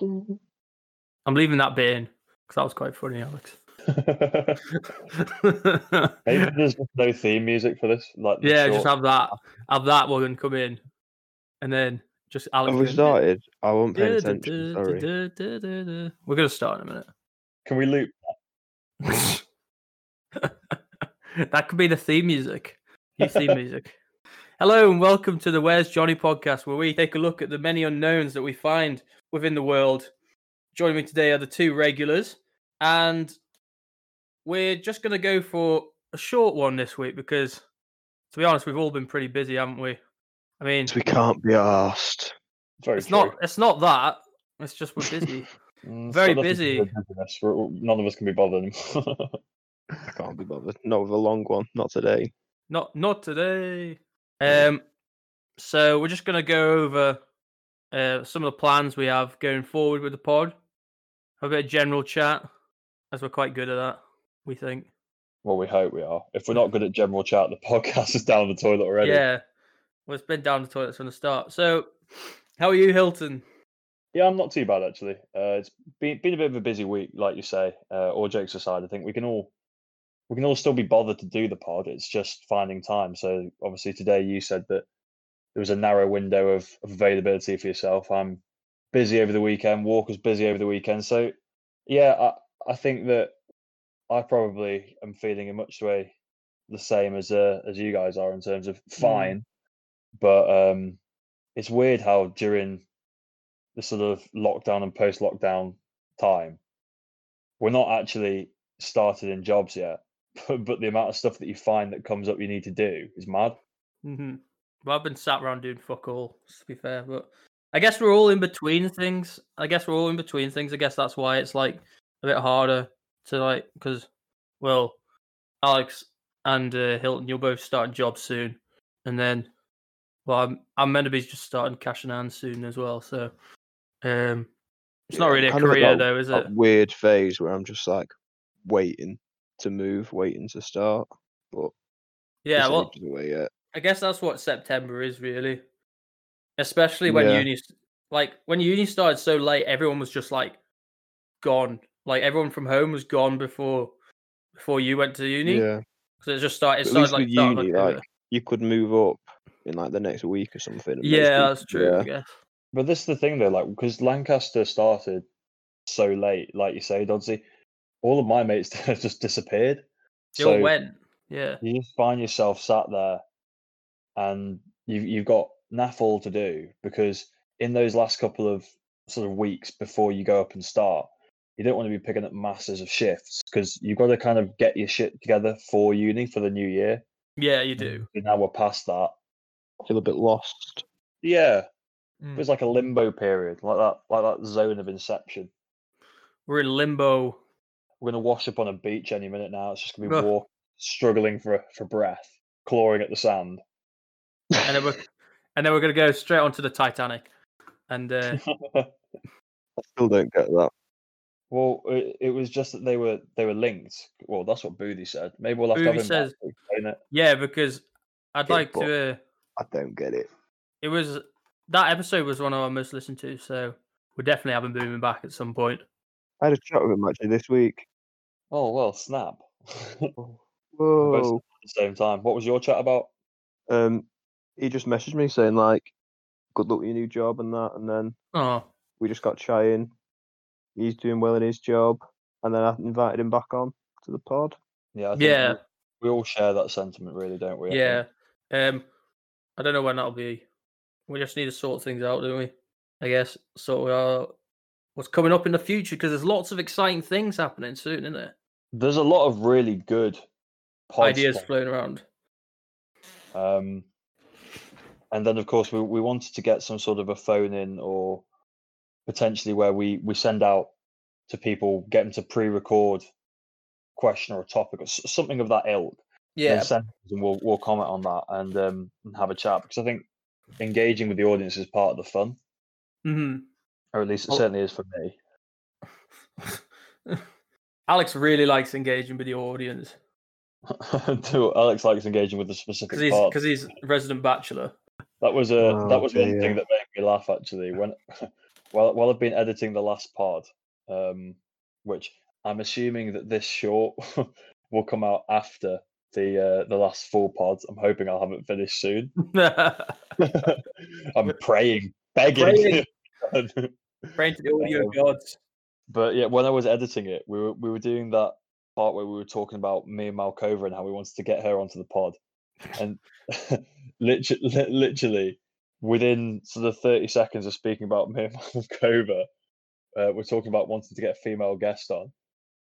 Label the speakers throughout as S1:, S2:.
S1: I'm leaving that bit in because that was quite funny, Alex.
S2: Maybe there's just no theme music for this. Like the
S1: yeah,
S2: short-
S1: just have that, have that one come in, and then just Alex.
S3: Have we
S1: going,
S3: started? I wasn't
S1: "Du-
S3: paying
S1: du-
S3: attention.
S1: du-
S3: Sorry.
S1: du- du- du- du." We're gonna start in a
S2: Can we loop?
S1: minute. that could be the theme music. New theme music. Hello and welcome to the Where's Johnny podcast, where we take a look at the many unknowns that we find within the world. Joining me today are the two regulars, and we're just going to go for a short one this week because, to be honest, we've all been pretty busy, haven't we? I mean,
S3: We can't be asked.
S2: Very
S1: it's
S2: true.
S1: not it's not that. It's just we're busy.
S2: Mm, it's
S1: very
S2: got nothing to do
S1: busy.
S2: with busyness. We're- we're- None of us can be bothered. anymore.
S3: I can't be bothered. Not with a long one. Not today.
S1: not not today.
S3: Yeah.
S1: Um, so we're just gonna go over uh some of the plans we have going forward with the pod. Have a bit of general chat, as we're quite good at that. We think.
S2: well, we hope we are. If we're not good at general chat, the podcast is down the toilet already.
S1: Yeah. Well, it's been down the toilet from the start. So, how are you, Hilton?
S2: Yeah, I'm not too bad actually. Uh, it's been been a bit of a busy week, like you say. Uh, all jokes aside, I think we can all we can all still be bothered to do the pod. It's just finding time. So obviously today you said that there was a narrow window of, of availability for yourself. I'm busy over the weekend. Walker's busy over the weekend. So yeah, I, I think that I probably am feeling in much the way the same as uh, as you guys are in terms of fine, but um, it's weird how during the sort of lockdown and post lockdown time, we're not actually started in jobs yet, but, but the amount of stuff that you find that comes up you need to do is mad.
S1: Mm-hmm. Well, I've been sat around doing fuck all, to be fair. But I guess we're all in between things. I guess we're all in between things. I guess that's why it's like a bit harder to like because, well, Alex and uh, Hilton, you'll both start jobs soon, and then, well, I'm I'm meant to be just starting cash and hand soon as well. So, um, it's not
S3: Yeah,
S1: really a
S3: kind of at
S1: career
S3: that-
S1: though, is it?
S3: That weird phase where I'm just like waiting to move, waiting to start.
S1: Yeah.
S3: It's
S1: Well,
S3: ages away yet.
S1: I guess that's what September is really, especially when
S3: Yeah.
S1: uni like when uni started so late. Everyone was just like gone. Like everyone from home was gone before before you went to uni.
S3: Yeah.
S1: So it just started. It
S3: But at
S1: started
S3: least
S1: like,
S3: with
S1: starting
S3: uni,
S1: October.
S3: like you could move up in like the next week or something. and most
S1: yeah,
S3: people-
S1: that's true.
S3: yeah.
S1: I guess.
S2: But this is the thing though, like because Lancaster started so late, like you say, Dodsey, all of my mates have just disappeared.
S1: They all went. Yeah.
S2: you just find yourself sat there and you've, you've got naff all to do because in those last couple of sort of weeks before you go up and start you don't want to be picking up masses of shifts because you've got to kind of get your shit together for uni for the new year
S1: Yeah, you do.
S2: And now we're past that
S3: Feel a bit lost.
S2: yeah
S1: Mm.
S2: it's like a limbo period like that like that zone of inception
S1: We're in limbo.
S2: we're going to wash up on a beach any minute now it's just going to
S1: Ugh.
S2: be walk struggling for for breath clawing at the sand
S1: and then we're and then we're gonna go straight onto the Titanic. And uh,
S3: I still don't get that.
S2: Well, it, it was just that they were they were linked. Well, that's what Boothie said. Maybe we'll have
S1: Boothie
S2: to have him back
S1: says-
S2: to explain it.
S1: yeah, because I'd
S3: Yeah,
S1: like
S3: but-
S1: to. Uh,
S3: I don't get it.
S1: it was that episode was one of our most listened to, so we're definitely having Boomin back at some point.
S3: I had a chat with him actually this week.
S2: Oh well, snap! At
S3: Whoa.
S2: the same time, what was your chat about?
S3: Um, he just messaged me saying like, "Good luck with your new job" and that, and then
S1: Oh,
S3: we just got chatting. He's doing well in his job, and then I invited him back on to the pod.
S2: Yeah, I think
S1: Yeah.
S2: We, we all share that sentiment, really, don't we? I think?
S1: yeah. Um, I don't know when that'll be. We just need to sort things out, don't we? I guess sort out what's coming up in the future because there's lots of exciting things happening soon, isn't there?
S2: There's a lot of really good pod
S1: Ideas
S2: stuff,
S1: floating around.
S2: Um, and then of course we we wanted to get some sort of a phone in or potentially where we we send out to people, get them to pre-record question or a topic or s- something of that ilk. and
S1: Yeah,
S2: send us and we'll we'll comment on that and um and have a chat because I think engaging with the audience is part of the fun,
S1: mhm.
S2: or at least it
S1: Well-
S2: certainly is for me.
S1: Alex really likes engaging with the audience
S2: Do- Alex likes engaging with the
S1: because
S2: specific
S1: he's
S2: part.
S1: because he's resident bachelor.
S2: That was a that
S3: Oh,
S2: was one
S3: dear.
S2: thing that made me laugh actually. When while while I've been editing the last pod, um, which I'm assuming that this short will come out after the uh, the last full pods. I'm hoping I'll have it finished soon. I'm praying, begging.
S1: Praying to the audio gods.
S2: but yeah, when I was editing it, we were we were doing that part where we were talking about me and Malkova and how we wanted to get her onto the pod, and literally, literally within sort of thirty seconds of speaking about me and Malkova, uh, we're talking about wanting to get a female guest on.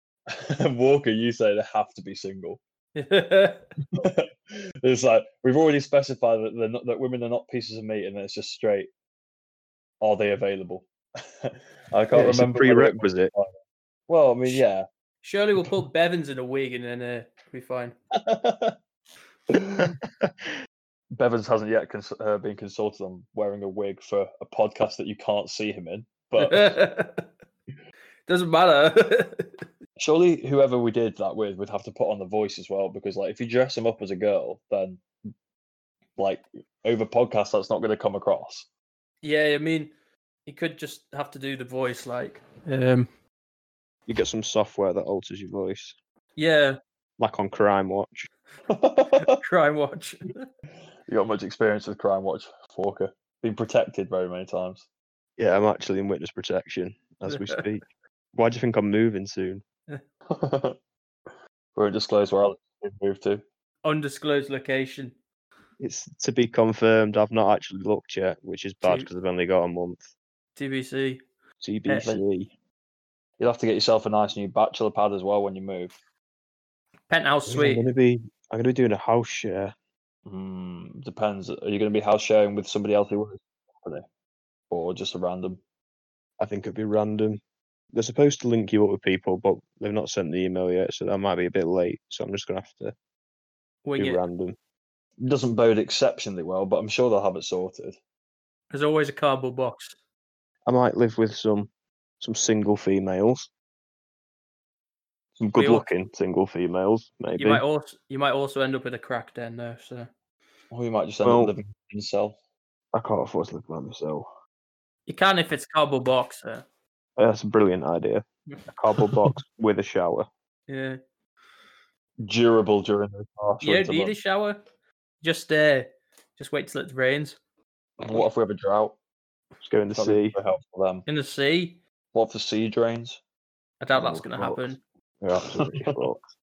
S2: And Walker, you say they have to be single. it's like we've already specified that they're not, that women are not pieces of meat, and it's just straight. Are they available? I can't
S3: Yeah, it's a
S2: remember. whether it was-
S3: prerequisite.
S2: Well, I mean, yeah.
S1: Surely we'll put Bevins in a wig and then uh, we'll be fine.
S2: Bevins hasn't yet cons- uh, been consulted on wearing a wig for a podcast that you can't see him in. But
S1: Doesn't matter.
S2: surely, whoever we did that with would have to put on the voice as well, because like if you dress him up as a girl, then like over podcast, that's not going to come across.
S1: yeah, I mean, he could just have to do the voice, like, um,
S3: You get some software that alters your voice,
S1: yeah,
S3: like on Crime Watch.
S2: you
S1: Crime Watch.
S2: got much experience with Crime Watch, Walker. Been protected very many times.
S3: Yeah, I'm actually in witness protection as we speak. Why do you think I'm moving soon?
S2: we won't disclose where Alex moved to.
S1: Undisclosed location.
S3: It's to be confirmed. I've not actually looked yet, which is bad
S1: Dude.
S3: because I've only got a month.
S1: TBC.
S3: TBC.
S2: You'll have to get yourself a nice new bachelor pad as well when you move.
S1: Penthouse
S3: Yeah, I'm
S1: suite.
S3: gonna be. I'm gonna be doing a house share.
S2: Mm, depends. Are you going to be house sharing with somebody else who works? for you? Or just a random?
S3: I think it'd be random. They're supposed to link you up with people, but they've not sent the email yet, so that might be a bit late. So I'm just gonna have to
S1: Wing
S3: do
S1: it.
S3: random.
S2: Doesn't bode exceptionally well, but I'm sure they'll have it sorted.
S1: There's always a cardboard box.
S3: I might live with some some single females, some
S1: We all-
S3: good looking single females, maybe.
S1: You might also you might also end up with a crack den though. So
S2: Or you might just end
S3: Well-
S2: up living in a cell.
S3: I can't afford to live by myself.
S1: you can if it's cardboard box. So.
S3: That's a brilliant idea. A cardboard box with a shower.
S1: Yeah,
S2: Durable during the harsh
S1: you don't
S2: winter
S1: need a
S2: months.
S1: shower. Just uh, just wait till it rains
S2: What if we have a drought?
S3: Just going to
S2: That'd be
S3: sea.
S2: very helpful then.
S1: in the sea.
S2: What if the sea drains?
S1: I doubt
S3: Oh,
S1: that's gonna
S3: fuck.
S1: happen.
S3: You're absolutely fucked.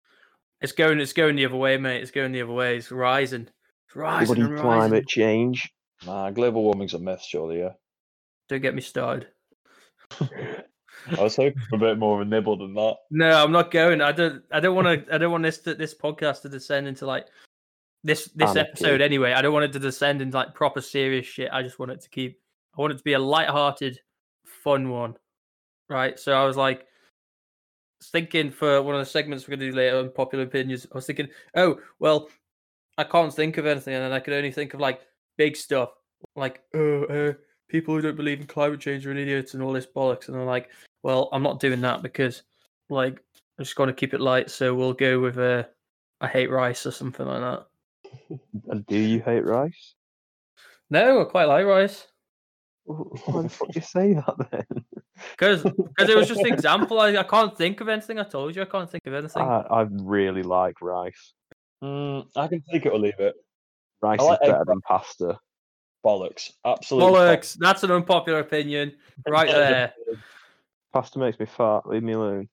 S1: It's going it's going the other way, mate. It's going the other way. It's rising. It's rising
S3: Bloody
S1: and rising.
S3: climate change.
S2: Nah, global warming's a myth, surely. Yeah.
S1: Don't get me started.
S2: I was hoping for a bit more of a nibble than that.
S1: No, I'm not going. I don't. I don't want to. I don't want this to, this podcast to descend into like this this
S3: Anarchy.
S1: episode anyway. I don't want it to descend into like proper serious shit. I just want it to keep. I want it to be a light-hearted, fun one, right? So I was like thinking for one of the segments we're gonna do later on popular opinions. I was thinking, oh well, I can't think of anything, and then I could only think of like big stuff, like oh, uh, people who don't believe in climate change are an idiots and all this bollocks. And I'm like, well, I'm not doing that because like I'm just gonna keep it light. So we'll go with uh, I hate rice or something like that.
S3: And do you hate rice?
S1: No, I quite like rice
S3: Wh- Why the fuck do you say that then?
S1: because it was just an example. I, I can't think of anything. I told you I can't think of anything.
S3: I, I really like rice.
S2: Mm, I can take it or leave it.
S3: Rice
S2: like egg
S3: is better
S2: fri-
S3: than pasta.
S2: Bollocks. Absolutely.
S1: Bollocks! That's an unpopular opinion, right there.
S3: Pasta makes me fart. Leave me alone.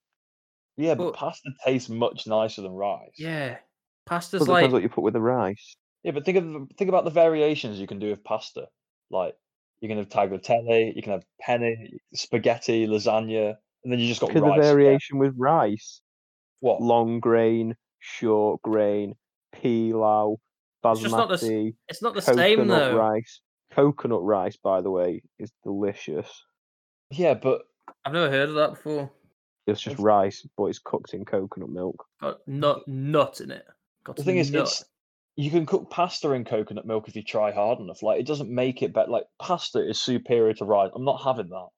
S2: Yeah, but
S1: But-
S2: pasta tastes much nicer than rice.
S1: Yeah,
S3: Well,
S1: pasta's
S3: depends
S1: like
S3: what you put with the rice.
S2: Yeah, but think of the- think about the variations you can do with pasta. Like you can have tagliatelle, you can have penne, spaghetti, lasagna, and then you just got
S3: Look at
S2: rice.
S3: the
S2: there.
S3: variation with rice:
S2: What?
S3: long grain, short grain, pilau,
S1: It's just not the s-
S3: basmati,
S1: it's not the same
S3: coconut
S1: though.
S3: rice. Coconut rice, by the way, is delicious.
S2: Yeah, but
S1: I've never heard of that before.
S3: It's just
S2: It's-
S3: rice, but it's cooked in coconut milk.
S1: Got nut nut in it. Got
S2: the
S1: some
S2: thing is,
S1: nut.
S2: it's you can cook pasta in coconut milk if you try hard enough. Like it doesn't make it better. Like pasta is superior to rice. I'm not having that.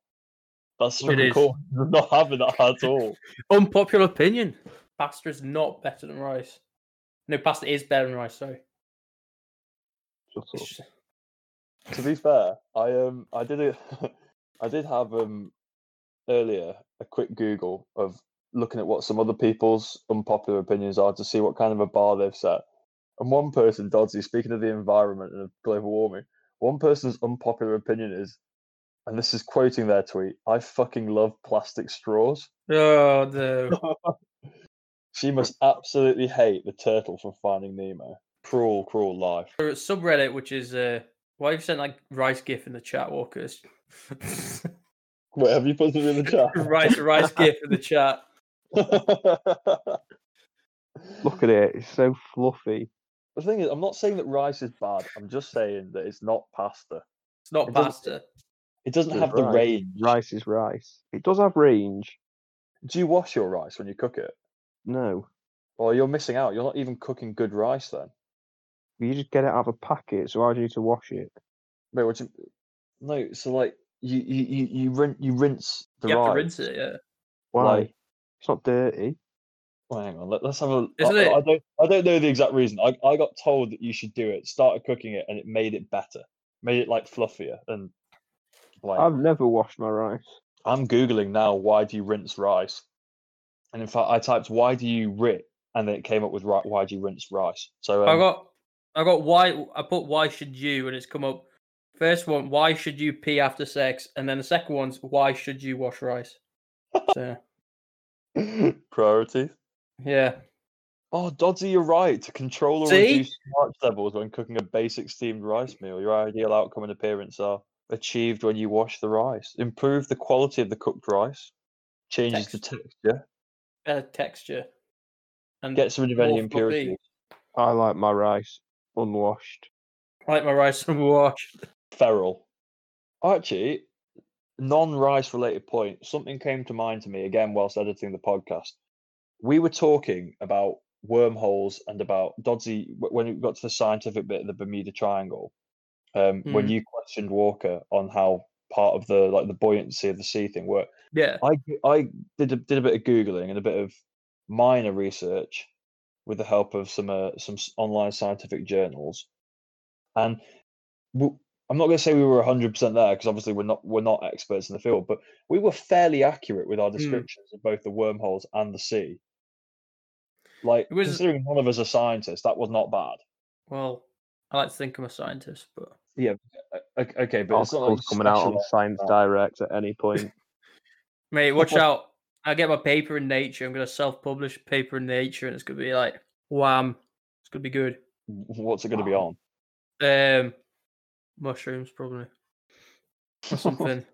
S2: That's
S1: It
S2: so
S1: is.
S2: cool. I'm not having that at all.
S1: unpopular opinion. Pasta is not better than rice. No, pasta is better than rice. Sorry,
S3: Shut
S1: it's
S3: up.
S1: just,
S2: to be fair, I um I did a I did have um earlier a quick Google of looking at what some other people's unpopular opinions are to see what kind of a bar they've set. And one person, Dodsy, speaking of the environment and of global warming, one person's unpopular opinion is, and this is quoting their tweet, I fucking love plastic straws.
S1: Oh no.
S2: She must absolutely hate the turtle from Finding Nemo. Cruel, cruel life.
S1: Or a subreddit which is uh why have you sent like rice gif in the chat walkers?
S2: Wait, have you put something in the
S1: rice rice gif in the chat.
S2: chat?
S3: Look at it. It's so fluffy.
S2: the thing is, I'm not saying that rice is bad. I'm just saying that it's not pasta.
S1: It's not
S2: It doesn't-
S1: pasta.
S2: It doesn't
S3: It's
S2: have the
S3: rice.
S2: range.
S3: Rice is rice. It does have range.
S2: Do you wash your rice when you cook it?
S3: No.
S2: Well, you're missing out. You're not even cooking good rice then.
S3: You just get it out of a packet, so why do you need to wash it?
S2: Wait, what do you... No, so like you you you you, rin- you rinse the
S1: You
S2: rice.
S1: have to rinse it, yeah.
S3: Why?
S2: Like-
S3: It's not dirty.
S2: Well, hang on. Let, us have a. I,
S1: Isn't
S2: I
S1: it-
S2: don't. I don't know the exact reason. I, I got told that you should do it. Started cooking it, and it made it better. Made it like fluffier and like.
S3: I've never washed my rice.
S2: I'm googling now. Why do you rinse rice? And in fact, I typed "Why do you rit?" and then it came up with "Ri- "Why do you rinse rice?" So
S1: I
S2: um,
S1: got I got why I put why should you and it's come up first one, why should you pee after sex? And then the second one's why should you wash rice? So
S2: priorities.
S1: yeah.
S2: Oh, Dodsy, you're right. To control or
S1: See?
S2: reduce starch levels when cooking a basic steamed rice meal, your ideal outcome and appearance are achieved when you wash the rice. Improve the quality of the cooked rice. Changes the texture.
S1: Better texture. And
S2: Gets rid of
S1: Mm. more
S2: any
S1: fluffy.
S2: impurities.
S3: I like my rice unwashed.
S1: I like my rice unwashed.
S2: Feral. Actually, non-rice related point. Something came to mind to me again whilst editing the podcast. We were talking about wormholes and about Dodsy wh- when we got to the scientific bit of the Bermuda Triangle. Um, When
S1: Mhm.
S2: you questioned Walker on how part of the like the buoyancy of the sea thing worked.
S1: Yeah.
S2: I g- I did a, did a bit of googling and a bit of minor research with the help of some uh, some s- online scientific journals, and w I'm not going to say we were 100 percent there because obviously we're not we're not experts in the field, but we were fairly accurate with our descriptions of both the wormholes and the sea. Like
S1: It was-
S2: considering none of us are scientists, that was not bad.
S1: Well, I like to think I'm a scientist, but
S2: O- o- Okay, but it's not like
S3: Articles coming out on
S2: specialised-
S3: Science
S2: that.
S3: Direct at any point.
S1: Mate, watch out. I get my paper in Nature. I'm going to self publish paper in Nature and it's going to be like, wham. It's going to be good.
S2: What's it going to be on?
S1: Um, Mushrooms, probably. Or something.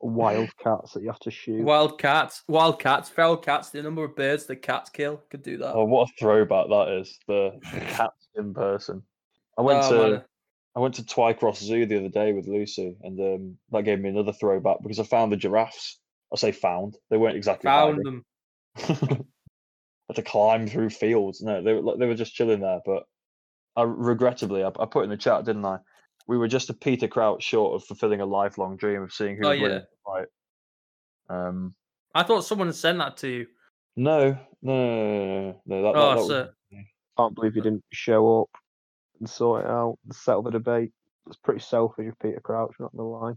S3: Wildcats that you have to shoot.
S1: wild cats. Wild cats. Feral cats. The number of birds that cats kill. Could do that.
S2: Oh, what a throwback that is! The cats in person. I went
S1: Oh,
S2: to.
S1: man.
S2: I went to Twycross Zoo the other day with Lucy, and um, that gave me another throwback because I found the giraffes. I say found; they weren't exactly
S1: Found
S2: found.
S1: them.
S2: had to climb through fields. No, they were like, they were just chilling there. But I regrettably, I, I put in the chat, didn't I? We were just a Peter Crouch short of fulfilling a lifelong dream of seeing who
S1: Oh,
S2: was winning
S1: yeah.
S2: the fight. Um,
S1: I thought someone had sent that to you.
S2: no, no, no, no, no, no, that, that-
S1: Oh,
S2: that was-
S1: sir.
S3: Can't believe you didn't show up and sort it out and settle the debate. It's pretty selfish of Peter Crouch, not gonna lie.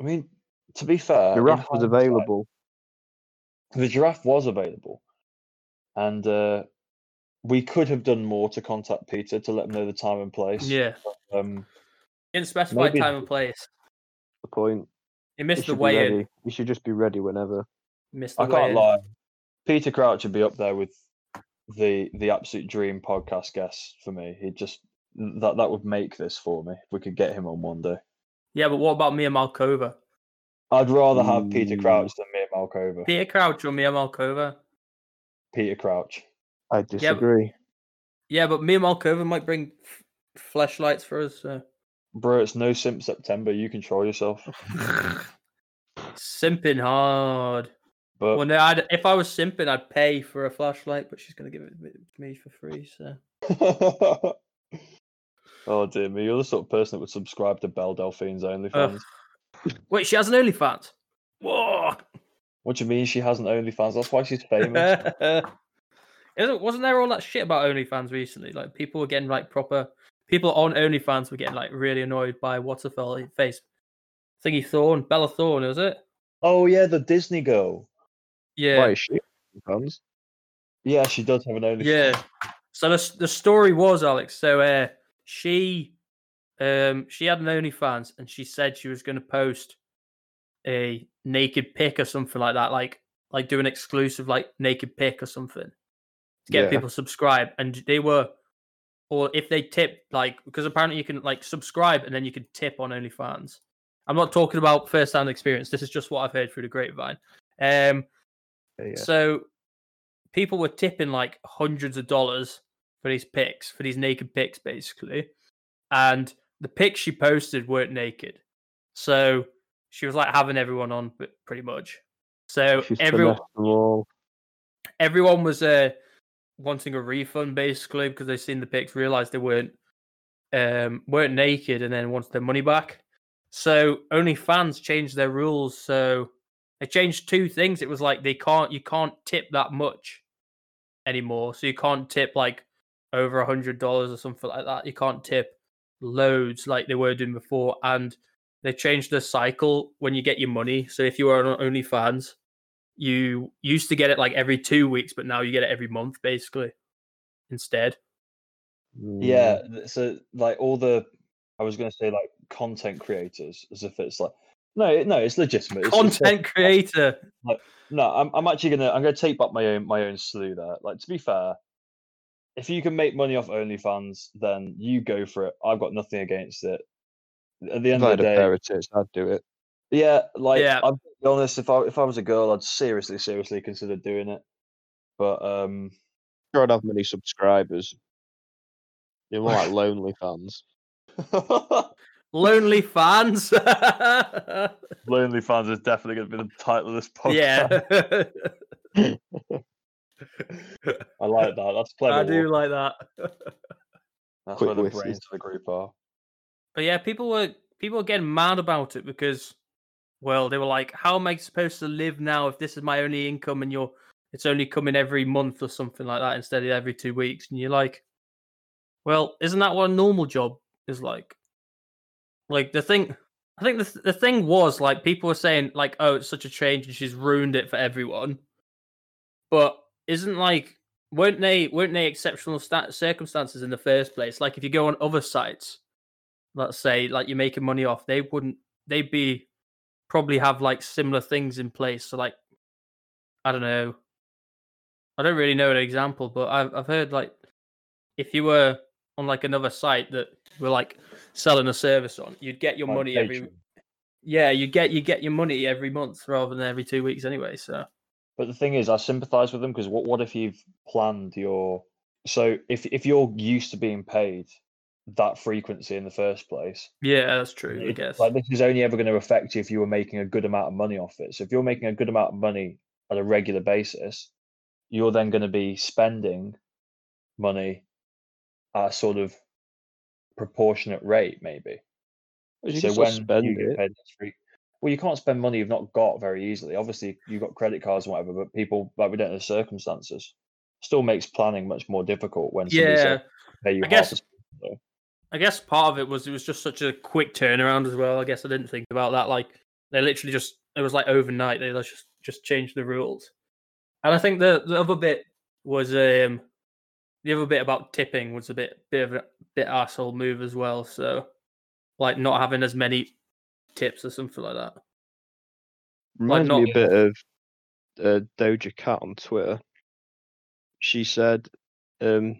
S2: I mean, to be fair, in
S3: Giraffe was
S2: hindsight-
S3: available.
S2: the giraffe was available, and uh, we could have done more to contact Peter to let him know the time and place.
S1: Yeah.
S2: Um,
S1: Didn't specify
S2: Maybe-
S1: time and place.
S3: The point.
S1: He
S3: You
S1: missed the
S3: should be
S1: way in.
S3: ready. You should just be ready whenever.
S1: Missed the
S2: I
S1: way
S2: can't
S1: in.
S2: lie. Peter Crouch would be up there with the the absolute dream podcast guest for me. He just that that would make this for me if we could get him on one day.
S1: Yeah, but what about Mia Malkova?
S2: I'd rather have Peter
S3: Mm.
S2: Crouch than Mia Malkova.
S1: Peter Crouch or Mia Malkova?
S2: Peter Crouch.
S3: I disagree.
S1: Yeah, but Mia Malkova might bring f- flashlights for us. So.
S2: Bro, it's no simp September. You control yourself.
S1: simping hard.
S2: But
S1: Well, no, I'd, if I was simping, I'd pay for a flashlight, but she's gonna give it me- me for free. So
S2: oh dear me, you're the sort of person that would subscribe to Belle Delphine's OnlyFans.
S1: wait, she has an OnlyFans. Whoa!
S2: What do you mean she has an OnlyFans? That's why she's famous.
S1: Isn't, wasn't there all that shit about OnlyFans recently? Like people were getting like proper people on OnlyFans were getting like really annoyed by what's her fel- face thingy Thorn Bella Thorne, was it?
S2: Oh yeah, the Disney girl.
S1: Yeah,
S3: Why is she fans?
S2: Yeah, she does have an only.
S1: yeah. So the s- the story was Alex. So uh, she um she had an OnlyFans and she said she was going to post a naked pic or something like that, like like do an exclusive like naked pic or something. to get
S3: Yeah.
S1: people subscribe and they were or if they tip like because apparently you can like subscribe and then you can tip on onlyfans i'm not talking about first hand experience this is just what i've heard through the grapevine um
S3: Yeah, yeah.
S1: so people were tipping like hundreds of dollars for these pics for these naked pics basically and the pics she posted weren't naked so she was like having everyone on but pretty much so
S3: She's
S1: everyone
S3: finessed them all.
S1: everyone was uh, wanting a refund basically because they seen the pics, realized they weren't um, weren't naked, and then wanted their money back. So OnlyFans changed their rules. So they changed two things. It was like they can't you can't tip that much anymore. So you can't tip like over a hundred dollars or something like that. You can't tip loads like they were doing before, and they changed the cycle when you get your money. So if you are on OnlyFans, you used to get it like every two weeks, but now you get it every month basically instead.
S2: Yeah. th- So like all the, I was gonna say like content creators, as if it's like. No, no, it's legitimate. it's- it's
S1: Content creator.
S2: No, I'm, I'm actually gonna I'm gonna tape up my own my own slew there. Like to be fair, if you can make money off OnlyFans, then you go for it. I've got nothing against it. At the
S3: If
S2: end
S3: I
S2: of
S3: had
S2: the
S3: a
S2: day,
S3: pair of tits, I'd do it.
S2: yeah, like
S1: Yeah.
S2: I'm gonna be honest, if I if I was a girl, I'd seriously, seriously consider doing it. But um
S3: Sure, I'd have many subscribers. They're more like lonely fans.
S1: Lonely fans.
S2: Lonely Fans is definitely gonna be the title of this podcast.
S1: yeah.
S2: I like that. That's clever.
S1: I
S2: Wolf.
S1: do like that.
S2: That's
S3: Quick
S2: where the
S3: whistles.
S2: brains of the group are.
S1: But yeah, people were people were getting mad about it because well, they were like, How am I supposed to live now if this is my only income and you're it's only coming every month or something like that instead of every two weeks? And you're like, Well, isn't that what a normal job is like? Like the thing I think the, th- the thing was like people were saying like oh it's such a change and she's ruined it for everyone, but isn't like weren't they weren't they exceptional sta circumstances in the first place? Like if you go on other sites, let's say like you're making money off they wouldn't they'd be probably have like similar things in place so like i don't know i don't really know an example but i've, I've heard like if you were on like another site that were like selling a service on you'd get your
S2: Like
S1: money every
S2: Patreon.
S1: yeah you get you get your money every month rather than every two weeks anyway so
S2: But the thing is, I sympathise with them because what what if you've planned your so if if you're used to being paid that frequency in the first place,
S1: yeah that's true i
S2: it-
S1: guess
S2: like this is only ever going to affect you if you were making a good amount of money off it. So if you're making a good amount of money on a regular basis, you're then going to be spending money at a sort of proportionate rate, maybe.
S3: Well, you
S2: so
S3: can
S2: when
S3: still spend
S2: you get
S3: it.
S2: paid next week- well, you can't spend money you've not got very easily. Obviously, you've got credit cards and whatever, but people like we don't know the circumstances. Still makes planning much more difficult when somebody
S1: yeah
S2: says, "Pay you
S1: I
S2: half
S1: guess-
S2: as-
S1: I guess part of it was it was just such a quick turnaround as well. I guess I didn't think about that. Like they literally just it was like overnight. They just just changed the rules. And I think the the other bit was um the other bit about tipping was a bit bit of a bit asshole move as well. So like not having as many tips or something like that.
S3: Reminds me
S1: not-
S3: a bit of uh, Doja Cat on Twitter. She said, um,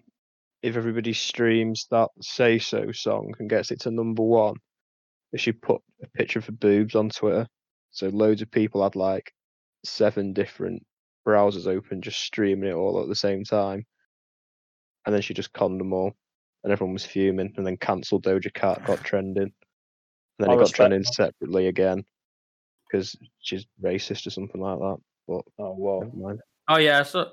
S3: if everybody streams that Say So song and gets it to number one, they should put a picture of her boobs on Twitter. So loads of people had like seven different browsers open, just streaming it all at the same time. And then she just conned them all, and everyone was fuming, and then cancelled Doja Cat, got trending. And then
S2: I
S3: it got
S2: respect
S3: trending
S2: that.
S3: separately again because she's racist or something like that.
S2: Oh well,
S3: Never mind.
S1: Oh yeah, so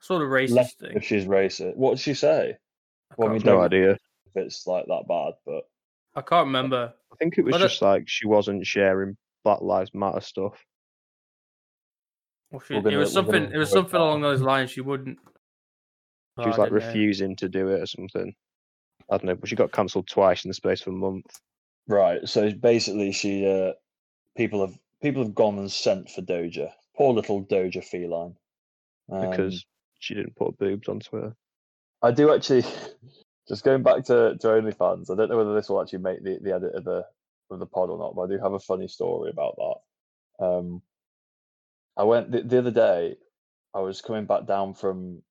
S1: sort of racist
S2: left
S1: thing.
S2: if she's racist. What did she say?
S1: I
S2: well,
S1: can't
S2: we
S1: remember.
S3: No
S2: don't-
S3: idea.
S2: If it's like that bad, but
S1: I can't remember.
S3: I think it was
S1: But it-
S3: just like she wasn't sharing Black Lives Matter stuff.
S1: Well, she-
S2: We're gonna-
S1: it was
S2: we're gonna
S1: something. It was
S2: avoid
S1: something
S2: that.
S1: along those lines. She wouldn't.
S3: She was
S1: Oh, I
S3: like
S1: don't know.
S3: refusing to do it or something. I don't know, but she got cancelled twice in the space of a month.
S2: Right. So basically, she uh, people have people have gone and sent for Doja. Poor little Doja feline. Um,
S3: because she didn't put boobs on Twitter.
S2: I do actually. Just going back to, to OnlyFans, I don't know whether this will actually make the, the edit of the of the pod or not, but I do have a funny story about that. Um, I went the, the other day. I was coming back down from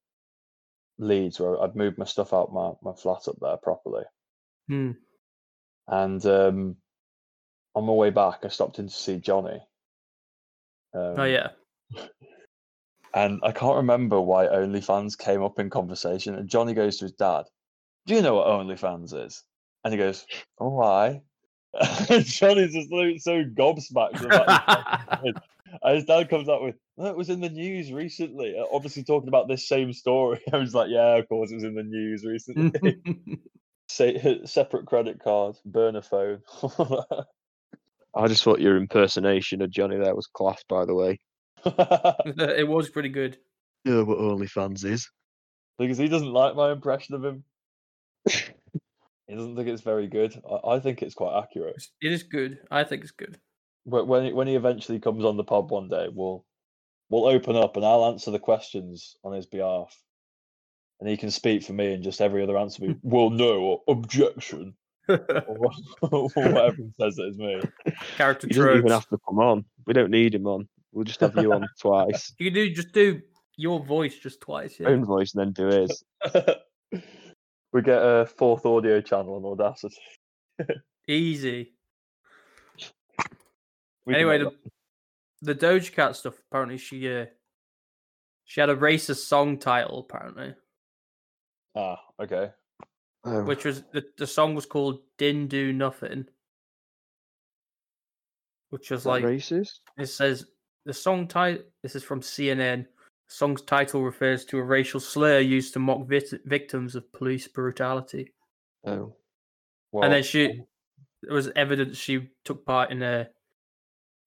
S2: Leeds, where I'd moved my stuff out my my flat up there properly,
S1: Hmm.
S2: and um, on my way back, I stopped in to see Johnny. Um,
S1: Oh yeah.
S2: And I can't remember why OnlyFans came up in conversation. And Johnny goes to his dad, Do you know what OnlyFans is? And he goes, Oh, why? Johnny's just like so gobsmacked. about this. and his dad comes up with, "No, It was in the news recently. uh, Obviously, talking about this same story. I was like, Yeah, of course, it was in the news recently. Say, separate credit card, burner phone.
S3: I just thought your impersonation of Johnny there was class, by the way.
S1: it was pretty good.
S3: Yeah, what OnlyFans is.
S2: because he doesn't like my impression of him. He doesn't think it's very good. I, I think it's quite accurate.
S1: It's- It is good. I think it's good.
S2: But when he- when he eventually comes on the pod one day, we'll we'll open up and I'll answer the questions on his behalf, and he can speak for me, and just every other answer be well, no, or objection, or, wha- or whatever he says it is me.
S1: Character
S3: He doesn't even
S1: tropes.
S3: have to come on. We don't need him on. We'll just have you on twice.
S1: You can do just do your voice just twice. Yeah.
S3: Own voice and then do his.
S2: we get a fourth audio channel on Audacity.
S1: Easy.
S2: We can
S1: anyway,
S2: make
S1: the, the Doja Cat stuff. Apparently, she uh, she had a racist song title. Apparently,
S2: that- ah, okay.
S3: Oh,
S1: which was the, the song was called "Didn't Do Nothing," which was
S3: is that
S1: like
S3: racist?
S1: It says the song title. This is from CNN. Song's title refers to a racial slur used to mock vit- victims of police brutality.
S3: Oh.
S2: Well,
S1: and then she, there was evidence she took part in uh,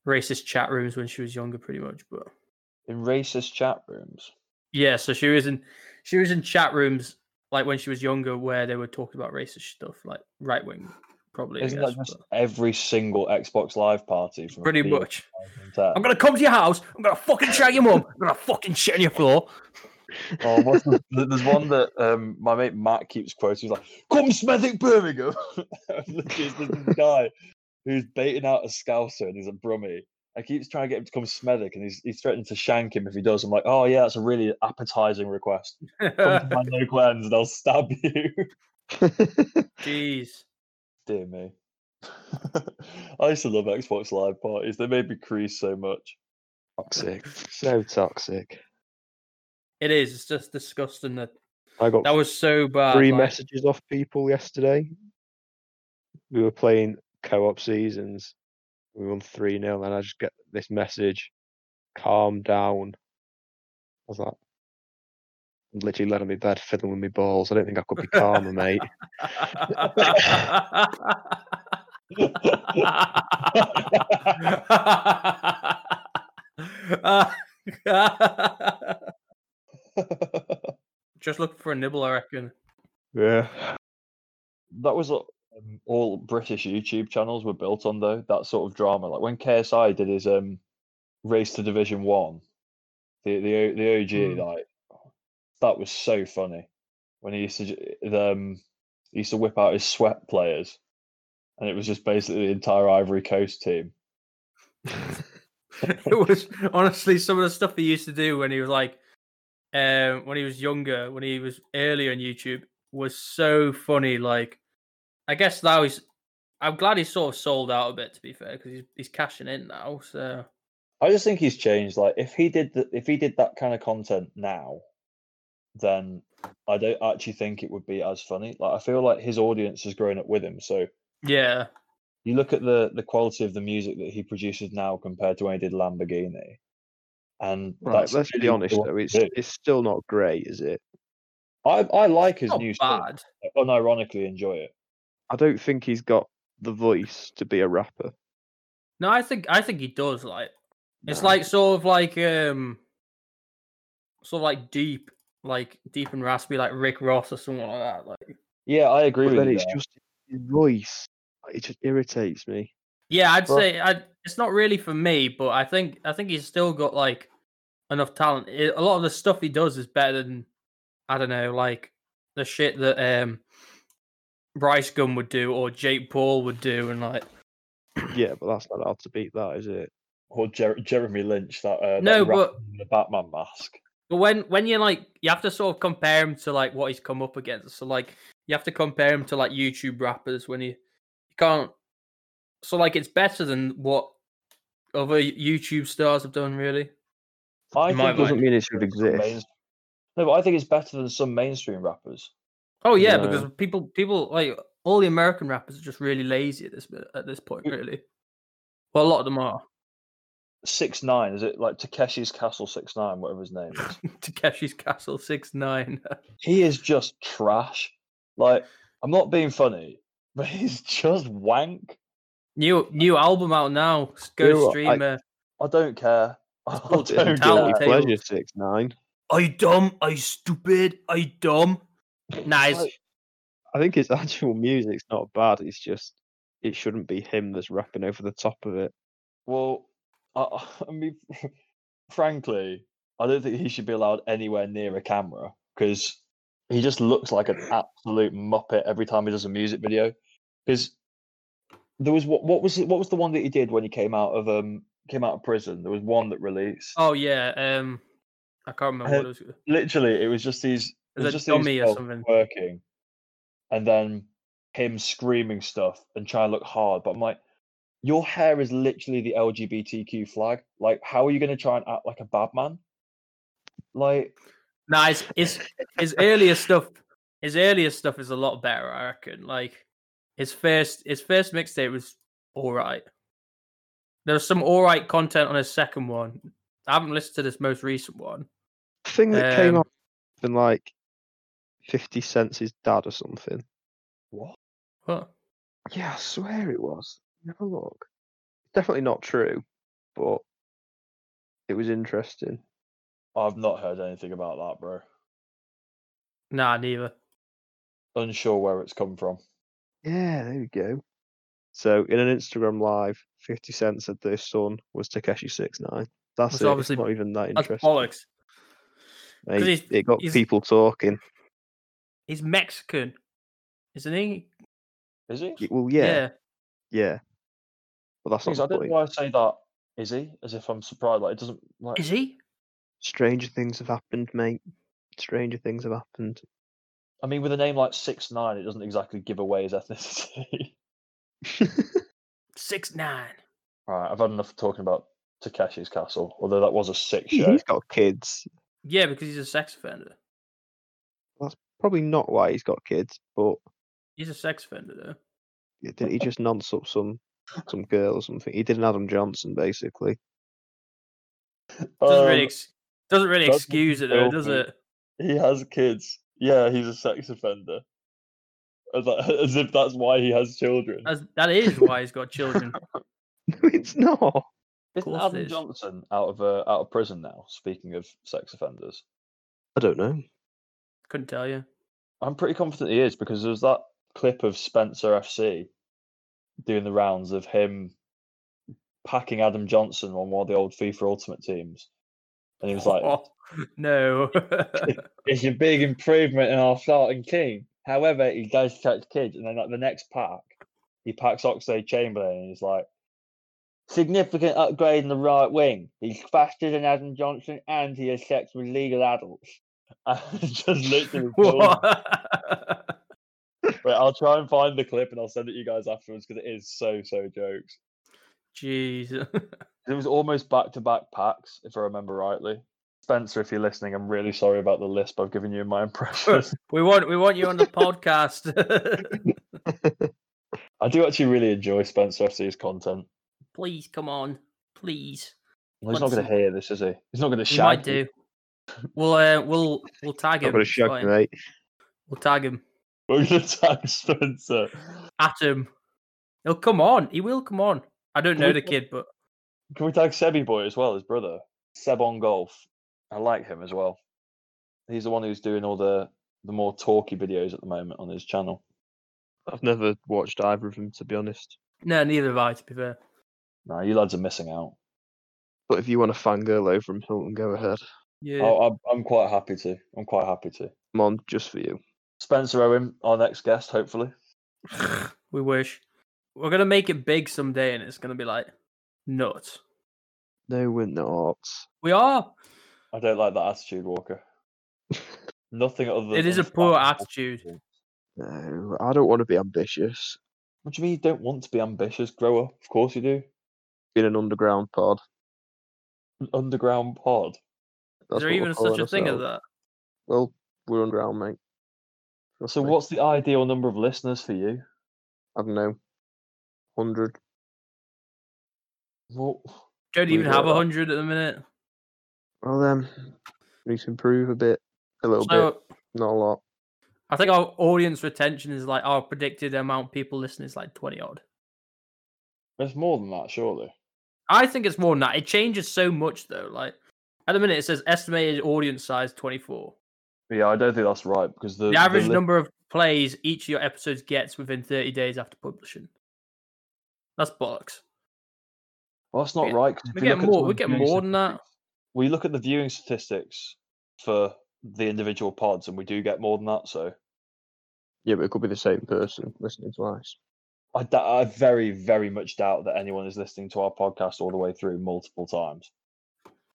S1: racist chat rooms when she was younger, pretty much. But
S2: in racist chat rooms.
S1: yeah, so she was in, she was in chat rooms like when she was younger where they were talking about racist stuff, like right wing, probably. I
S2: Isn't
S1: guess,
S2: that just
S1: but
S2: every single Xbox Live party? From
S1: pretty
S2: previous
S1: much.
S2: time to-
S1: I'm gonna come to your house. I'm gonna fucking shag your mum. I'm gonna fucking shit on your floor.
S2: Oh, what's the, th- there's one that um, my mate Matt keeps quoting. He's like, "Come Smethwick, Birmingham." There's this guy who's baiting out a Scouser and he's a Brummie. I keeps trying to get him to come Smethwick, and he's he's threatening to shank him if he does. I'm like, "Oh yeah, that's a really appetizing request.
S1: Oh,
S2: Come to my local ends, and I'll stab you."
S1: Jeez.
S2: Dear me. I used to love Xbox Live parties. They made me crease so much.
S3: toxic. So toxic.
S1: It is. It's just disgusting that
S3: I got
S1: that was so bad.
S3: three
S1: like-
S3: messages off people yesterday. We were playing co-op seasons. We won three 0 and I just get this message: "Calm down." I was like, I'm literally laying on my bed fiddling with my balls. I don't think I could be calmer, mate.
S1: Just looking for a nibble, I reckon.
S3: Yeah.
S2: that was what um, all British YouTube channels were built on, though that sort of drama. Like when KSI did his um race to Division One, the the O- the OG
S1: Mm.
S2: like that was so funny when he used to j- the, um, he used to whip out his sweat players, and it was just basically the entire Ivory Coast team.
S1: it was honestly some of the stuff he used to do when he was like, um, when he was younger, when he was earlier on YouTube, was so funny. Like, I guess now he's. I'm glad he's sort of sold out a bit, to be fair, because he's he's cashing in now. So
S2: I just think he's changed. Like if he did the, if he did that kind of content now, then I don't actually think it would be as funny. Like I feel like his audience has grown up with him, so.
S1: yeah,
S2: you look at the the quality of the music that he produces now compared to when he did Lamborghini, and
S3: Right.
S2: that's
S3: Let's be
S2: really
S3: honest
S2: what
S3: though.
S2: he
S3: It's
S2: did.
S3: it's still not great, is it?
S2: I I like his
S1: not
S2: new stuff.
S1: bad.
S2: I unironically enjoy it.
S3: I don't think he's got the voice to be a rapper.
S1: No, I think I think he does. Like, it's
S3: No.
S1: like sort of like um, sort of like deep, like deep and raspy, like Rick Ross or someone like that. Like,
S2: Yeah, I agree
S3: But
S2: with
S3: then
S2: you.
S3: it's
S2: there.
S3: just his voice. It just irritates me.
S1: Yeah, I'd
S2: Well-
S1: say i it's not really for me, but I think I think he's still got like enough talent. I- a lot of the stuff he does is better than I don't know, like the shit that um Bryce Gunn would do or Jake Paul would do, and like
S3: Yeah, but that's not hard to beat, that is it?
S2: Or Jer- Jeremy Lynch, that uh, that
S1: No,
S2: rap
S1: but-
S2: in the Batman mask.
S1: But when when you like, you have to sort of compare him to like what he's come up against. So like, you have to compare him to like YouTube rappers when you you can't. So like, it's better than what other YouTube stars have done. Really,
S2: I
S1: In my
S2: think
S1: mind.
S2: it's
S3: Doesn't mean it should
S2: better than some
S3: exist.
S2: mains- No, but I think it's better than some mainstream rappers.
S1: oh yeah,
S3: Yeah.
S1: because people people like all the American rappers are just really lazy at this bit- at this point.
S2: Mm.
S1: Really, well, a lot of them are.
S2: Six nine, is it like Takeshi's Castle Six Nine, whatever his name is?
S1: Takeshi's Castle Six Nine.
S2: he is just trash. Like I'm not being funny, but he's just wank.
S1: new new album out now. s- Go uh,
S3: You know what, I-
S1: streamer.
S2: I don't care. I
S3: Well,
S2: don't
S3: it's a
S1: towel
S3: guilty
S2: care.
S1: tape.
S3: pleasure, six nine.
S1: Are you dumb? Are you stupid? Are you dumb? Nice.
S2: Like-
S3: I think his actual music's not bad. It's just it shouldn't be him that's rapping over the top of it.
S2: Well, I, I mean, frankly, I don't think he should be allowed anywhere near a camera because he just looks like an absolute muppet every time he does a music video. Because there was what what was it, what was the one that he did when he came out of um came out of prison? There was one that released.
S1: Oh yeah, um, I can't remember what it was.
S2: Literally, it was just these.
S1: It was a
S2: just these oh,
S1: dummy or
S2: cells
S1: something.
S2: working, and then him screaming stuff and trying to look hard. But I'm like, your hair is literally the LGBTQ flag. Like, how are you going to try and act like a bad man? Like,
S1: Nah, his his, his earlier stuff, his earlier stuff is a lot better. I reckon. Like his first his first mixtape was all right. There was some all right content on his second one. I haven't listened to this most recent one.
S3: The thing that came
S1: Um,
S3: out been like Fifty Cent's his dad or something.
S2: what?
S1: What?
S3: Yeah, I swear it was. Never look. Definitely not true, but it was interesting.
S2: I've not heard anything about that, bro.
S1: Nah, neither.
S2: Unsure where it's come from.
S3: Yeah, there we go. So in an Instagram live, Fifty Cent said their son was Takeshi Six Nine. That's
S1: That's
S3: it.
S1: obviously-
S3: it's not even that
S1: That's
S3: interesting.
S1: bollocks. 'cause
S3: Mate,
S1: he's-
S3: it got
S1: he's-
S3: people talking.
S1: He's Mexican, isn't he?
S2: Is he?
S3: Y- Well, yeah, yeah, But that's not
S2: Jeez, I
S3: the
S2: don't know
S3: point.
S2: why I say that. Is he? As if I'm surprised. Like, it doesn't. Like,
S1: Is he?
S3: Stranger things have happened, mate. Stranger things have happened.
S2: I mean, with a name like six nine, it doesn't exactly give away his ethnicity.
S1: Six nine.
S2: Right, I've had enough talking about Takeshi's Castle, although that was a sick show.
S3: he's got kids.
S1: Yeah, because he's a sex offender.
S3: Probably not why he's got kids, but
S1: He's a sex offender. Though.
S3: Yeah, didn't he just nonce up some some girl or something? He did an Adam Johnson basically.
S1: Doesn't really
S2: Um,
S1: ex- doesn't really
S2: doesn't
S1: excuse it though,
S2: help
S1: does
S2: it.
S1: it?
S2: He has kids. Yeah, he's a sex offender. As, as if that's why he has children.
S1: That's, that is why he's got children.
S3: No, it's not.
S2: Isn't
S1: course it
S2: Adam
S1: is.
S2: Johnson out of uh, out of prison now? Speaking of sex offenders,
S3: I don't know.
S1: Couldn't tell you.
S2: I'm pretty confident he is because there's that clip of Spencer FC doing the rounds of him packing Adam Johnson on one of the old FIFA Ultimate teams, and he was like,
S1: no.
S2: it's a big improvement in our starting team. However, he does touch kids, and then like the next pack, he packs Oxlade Chamberlain, and he's like, significant upgrade in the right wing. He's faster than Adam Johnson, and he has sex with legal adults. And just literally, build-
S1: What?
S2: Wait, I'll try and find the clip, and I'll send it to you guys afterwards because it is so so jokes.
S1: Jeez.
S2: It was almost back to back packs, if I remember rightly. Spencer, if you're listening, I'm really sorry about the lisp I've given you in my impression.
S1: We want we want you on the podcast.
S2: I do actually really enjoy Spencer FC's content.
S1: Please come on. Please.
S2: Well, he's not
S1: What's
S2: going to hear this, is he? He's not going to
S1: He
S2: shout.
S1: might do. We'll uh, we'll we'll tag
S3: I'm
S1: him.
S3: gonna eh?
S1: it's
S3: shag,
S1: fine.
S3: mate.
S1: We'll tag him.
S2: We're going to tag Spencer.
S1: At him. He'll come on. He will come on. I don't
S2: Can
S1: know
S2: we
S1: the
S2: put-
S1: kid, but
S2: Can we tag Sebi Boy as well, his brother? Seb on golf. I like him as well. He's the one who's doing all the the more talky videos at the moment on his channel.
S3: I've never watched either of them to be honest.
S1: No, neither have I. To be fair,
S2: Nah, you lads are missing out.
S3: But if you want to fangirl over him, Hilton, go ahead.
S1: yeah.
S2: I, I'm, I'm quite happy to. I'm quite happy to.
S3: I'm on just for you.
S2: Spencer Owen, our next guest, hopefully.
S3: Oh.
S1: we wish we're gonna make it big someday, and it's gonna be like nuts.
S3: No, we're not.
S1: We are.
S2: I don't like that attitude, Walker. Nothing other.
S1: It
S2: than
S1: is a poor
S2: facts.
S1: attitude.
S3: No, I don't want to be ambitious.
S2: What do you mean you don't want to be ambitious? Grow up. Of course you do.
S3: In an underground pod.
S2: An underground pod.
S1: Is
S3: That's
S1: there
S3: what we're
S1: even such
S3: calling
S1: a thing as
S3: ourselves.
S1: that?
S3: Well, we're underground, mate. Trust
S2: So
S3: me.
S2: what's the ideal number of listeners for you?
S3: I don't know. Hundred.
S2: Well,
S1: Don't
S3: We
S1: even
S3: were
S1: have a
S3: that.
S1: hundred at the minute.
S3: Well, then we need to improve a bit, a little bit,
S1: So
S3: not a lot.
S1: I think our audience retention is like our predicted amount of people listening is like twenty odd.
S2: it's more than that, surely.
S1: I think it's more than that. It changes so much though. Like at the minute, it says estimated audience size twenty four.
S2: Yeah, I don't think that's right because the,
S1: The average
S2: li-
S1: number of plays each of your episodes gets within thirty days after publishing. That's bollocks.
S2: Well, that's not
S1: we-
S2: right. 'cause if
S1: We
S2: you
S1: get
S2: look at
S1: more.
S2: some
S1: We
S2: of the
S1: get
S2: viewing
S1: more than that.
S2: we look at the viewing statistics for the individual pods, and we do get more than that. So
S3: Yeah, but it could be the same person listening twice.
S2: I, d- I very, very much doubt that anyone is listening to our podcast all the way through multiple times.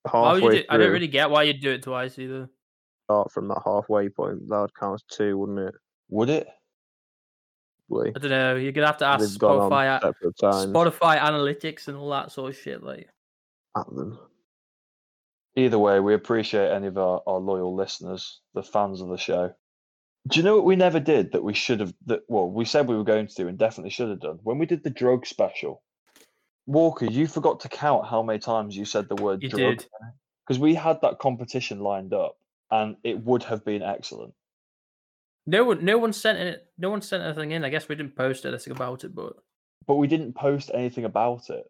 S1: Why
S3: Halfway
S1: would you do,
S3: through,
S1: I don't really get why you do it twice either.
S3: start from that halfway point, that would count as two, wouldn't it?
S2: Would it?
S3: Probably.
S1: I don't know. You're gonna have to ask
S3: They've gone
S1: Spotify,
S3: on
S1: a-
S3: separate times
S1: Spotify analytics and all that sort of shit. Like,
S3: at them.
S2: Either way, we appreciate any of our, our loyal listeners, the fans of the show. Do you know what we never did that we should have? That well, we said we were going to do and definitely should have done when we did the drug special. Walker, you forgot to count how many times you said the word
S1: You
S2: drug
S1: did.
S2: because we had that competition lined up and it would have been excellent.
S1: no one, no one sent it. No one sent anything in. I guess we didn't post anything about it, but
S2: but we didn't post anything about it.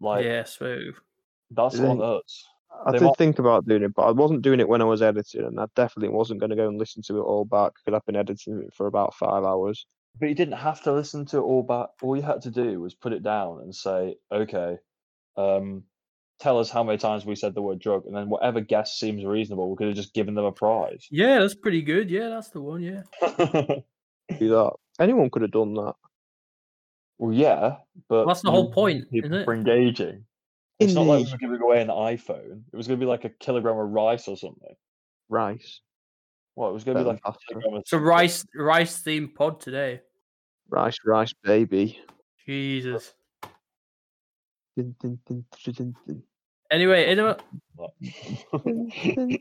S2: Like
S1: yeah, so
S2: that's on
S3: They-
S2: us.
S3: I
S2: They
S3: did
S2: might-
S3: think about doing it, but I wasn't doing it when I was editing, and I definitely wasn't going to go and listen to it all back because I've been editing it for about five hours.
S2: But you didn't have to listen to it all back. All you had to do was put it down and say, "Okay, um, tell us how many times we said the word drug," and then whatever guess seems reasonable, we could have just given them a prize.
S1: yeah, that's pretty good. Yeah, that's the one. Yeah,
S3: Do that. Anyone could have done that.
S2: well, yeah, but
S1: that's the
S2: you
S1: whole
S2: want
S1: point,
S2: people
S1: isn't it?
S2: for engaging. It's not like we
S3: Indeed.
S2: were giving away an iPhone. It was going to be like a kilogram of rice or something.
S3: Rice.
S2: Well, it was going to be
S3: Better
S2: like
S3: than
S2: a
S3: pasta.
S2: kilogram of
S1: it's a
S2: something.
S1: rice rice themed pod today.
S3: Rice, rice, baby.
S1: Jesus.
S3: Dun, dun, dun, dun, dun, dun.
S1: Anyway, anyway
S3: Dun,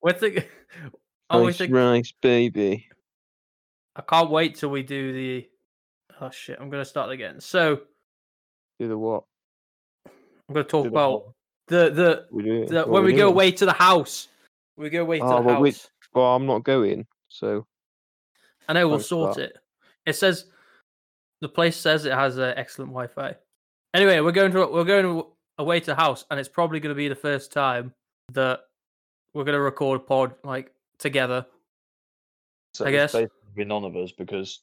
S1: we're think- oh, we
S3: Rice,
S1: think-
S3: rice, baby.
S1: I can't wait till we do the. Oh shit! I'm gonna start again. So
S3: Do the what?
S1: I'm gonna talk
S2: Do the
S1: about the the
S3: We do it.
S1: the,
S3: What
S1: when we
S3: do
S1: go
S3: it.
S1: away to the house, we go away to
S3: Oh,
S1: the
S3: well,
S1: house.
S3: we- Well, I'm not going, so
S1: I know we'll
S3: thanks for
S1: sort
S3: that.
S1: it. It says the place says it has uh, excellent Wi-Fi. Anyway, we're going to we're going aw- away to the house, and it's probably going to be the first time that we're going to record a pod like together.
S2: So
S1: I
S2: it's
S1: guess.
S2: basically gonna be none of us because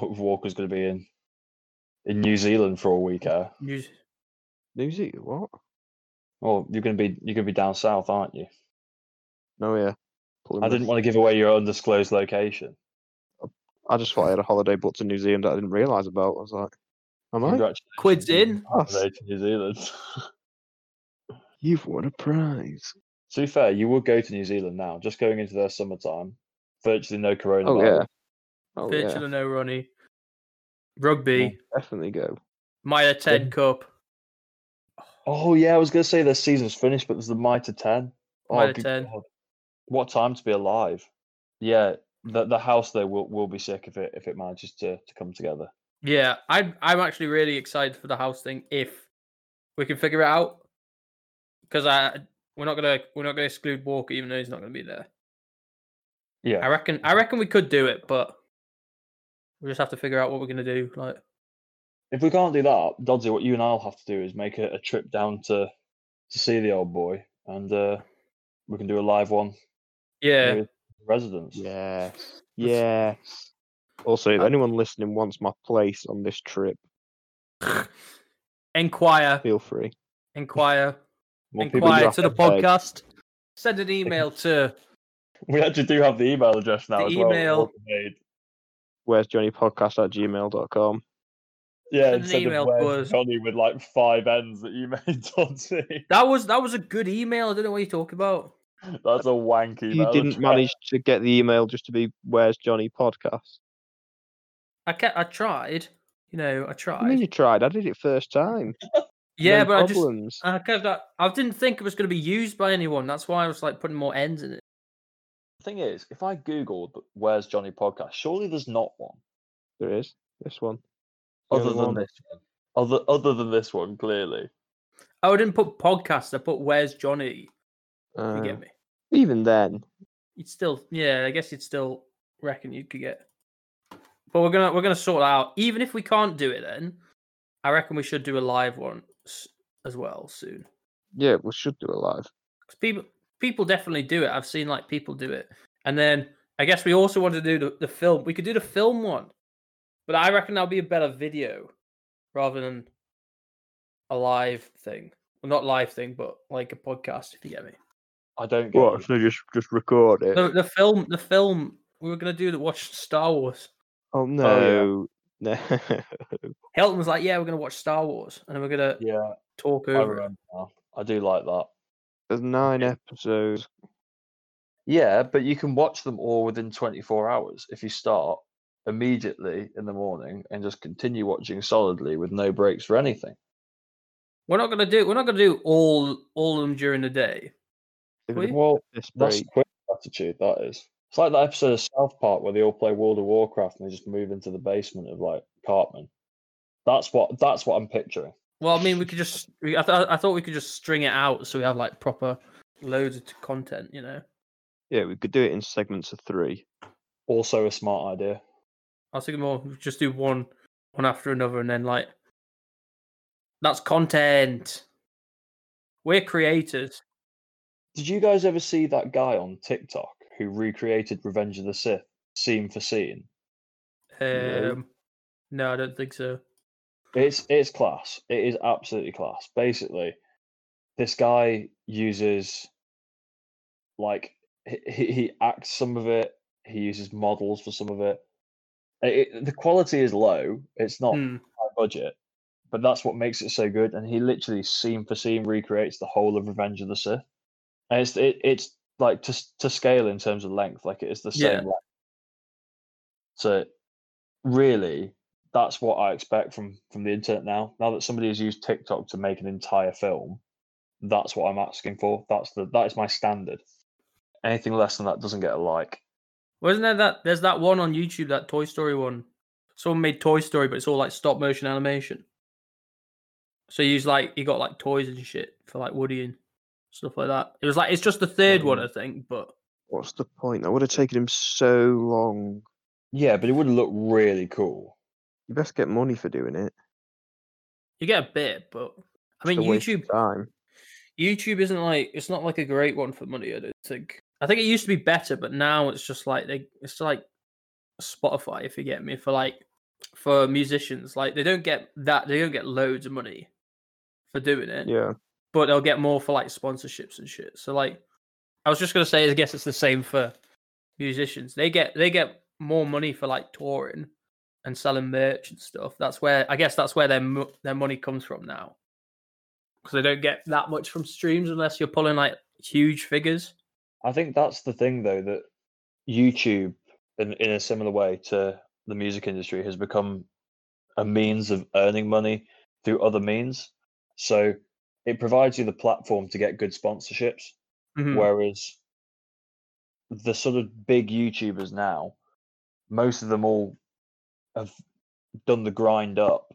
S2: Walker's going to be in in New Zealand for a week. Eh?
S1: You-
S3: New Zealand. What?
S2: Well, you're going to be you're going to be down south, aren't you?
S3: No, yeah.
S2: I
S3: Plymouth.
S2: didn't want to give away your undisclosed location.
S3: I just thought I had a holiday booked to New Zealand that I didn't realise about. I was like, am I?
S2: Congratulations,
S1: Quids
S2: you're
S1: in.
S2: on your way to New Zealand.
S3: You've won a prize.
S2: to be fair, you would go to New Zealand now. Just going into their summertime, virtually no coronavirus.
S3: Oh yeah. Oh
S1: Virtual
S3: yeah.
S1: no Ronnie. Rugby,
S3: Definitely go.
S1: Maya Ten Cup,
S2: Oh yeah, I was going to say their season's finished, but there's the Mitre Ten. Oh,
S1: Mitre
S2: good
S1: 10.
S2: God. What time to be alive? Yeah, the the house though will will be sick if it if it manages to to come together.
S1: Yeah, I'm I'm actually really excited for the house thing if we can figure it out. Because I we're not gonna we're not gonna exclude Walker even though he's not gonna be there.
S2: Yeah.
S1: I reckon I reckon we could do it, but we just have to figure out what we're gonna do. Like
S2: If we can't do that, Dodsy, what you and I'll have to do is make a, a trip down to to see the old boy, and uh, we can do a live one.
S1: yeah,
S2: maybe residents.
S3: Yes. Yes. Also, if anyone listening wants my place on this trip,
S1: Inquire,
S3: feel free.
S1: inquire,
S2: Well, people
S1: inquire
S3: drop
S1: to the
S3: a peg.
S1: podcast. Send an email to
S2: We actually do have the email address now
S1: The
S2: as
S1: email.
S2: well. Email.
S3: Where's Johnny Podcast at gmail.com?
S2: Yeah,
S1: Send an
S2: instead
S1: email
S2: of
S1: to
S2: where
S1: us.
S2: Johnny with like five N's that you made Tonti.
S1: that was that was a good email. I don't know what you're talking about.
S2: That's a wanky
S3: You
S2: email
S3: didn't
S2: address.
S3: manage to get the email just to be Where's Johnny Podcast.
S1: I kept, I tried. You know, I
S3: I mean, you
S1: tried.
S3: tried. I did it first time.
S1: Yeah,
S3: No
S1: but I just
S3: problems.
S1: I kept that. I didn't think it was going to be used by anyone. That's why I was like putting more ends in it.
S2: The thing is, if I googled "Where's Johnny" podcast, surely there's not one
S3: There is this one. The
S2: other
S3: only
S2: than
S3: one.
S2: this one. Other other than this one, clearly.
S1: Oh, I didn't put podcast. I put where's Johnny. You
S3: Uh,
S1: get me?
S3: even then,
S1: You'd still, yeah. I guess you'd still reckon you could get. But we're gonna we're gonna sort that out. Even if we can't do it, then I reckon we should do a live one s- as well soon.
S3: yeah, we should do it live.
S1: because people people definitely do it. I've seen like people do it, and then I guess we also want to do the, the film. We could do the film one, but I reckon that'll be a better video rather than a live thing. Well, not live thing, but like a podcast. If you get me,
S2: I don't get
S3: What?
S2: you.
S3: So just just record it?
S1: the, the film, the film we were gonna do to watch Star Wars.
S3: Oh
S2: Oh,
S3: no, no.
S1: Hilton was like, "Yeah, we're gonna watch Star Wars," and then we're gonna
S2: Yeah,
S1: talk
S2: I
S1: over. it.
S2: remember. now. I do like that.
S3: There's nine episodes.
S2: Yeah, but you can watch them all within 24 hours if you start immediately in the morning and just continue watching solidly with no breaks for anything.
S1: We're not gonna do. We're not gonna do all all of them during the day.
S3: If
S1: Well,
S3: it
S2: Well,
S3: this
S2: that's
S3: break,
S2: quick attitude, that is. It's like that episode of South Park where they all play World of Warcraft and they just move into the basement of like Cartman. That's what that's what I'm picturing.
S1: Well, I mean, we could just. we- I, th- I thought we could just string it out so we have like proper loads of t- content, you know.
S3: yeah, we could do it in segments of three.
S2: Also a smart idea.
S1: I was thinking more just do one, one after another, and then like that's content. We're creators.
S2: Did you guys ever see that guy on TikTok who recreated Revenge of the Sith scene for scene? No.
S1: Um, no, I don't think so.
S2: It's it's class. It is absolutely class. Basically, this guy uses like he, he he acts some of it. He uses models for some of it. It- it- the quality is low. It's not
S1: Hmm.
S2: high budget, but that's what makes it so good. And he literally scene for scene recreates the whole of Revenge of the Sith. And it's it, it's like to s- to scale in terms of length, like it is the same
S1: Yeah.
S2: length. So really, that's what I expect from from the internet now. Now that somebody has used TikTok to make an entire film, that's what I'm asking for. That's the that is my standard. Anything less than that doesn't get a like.
S1: Wasn't there that? There's that one on YouTube, that Toy Story one. Someone made Toy Story, but it's all like stop motion animation. So you use like you got like toys and shit for like Woody and stuff like that. It was like it's just the third one,
S3: Mm.
S1: I think, but
S3: What's the point? That would have taken him so long.
S2: Yeah, but it would look really cool.
S3: You best get money for doing it.
S1: you get a bit. But I
S3: It's
S1: mean,
S3: a waste of
S1: YouTube
S3: Time.
S1: YouTube isn't like it's not like a great one for money. I don't think. I think it used to be better, but now it's just like they it's like Spotify, if you get me, for like for musicians. Like they don't get that they don't get loads of money for doing it.
S3: Yeah.
S1: but they'll get more for like sponsorships and shit. So like, I was just gonna say, I guess it's the same for musicians. They get they get more money for like touring and selling merch and stuff. That's where I guess that's where their mo- their money comes from now, because they don't get that much from streams unless you're pulling like huge figures.
S2: I think that's the thing though that YouTube, in in a similar way to the music industry, has become a means of earning money through other means. So it provides you the platform to get good sponsorships.
S1: Hmm.
S2: Mm-hmm. Whereas the sort of big YouTubers now, most of them all have done the grind up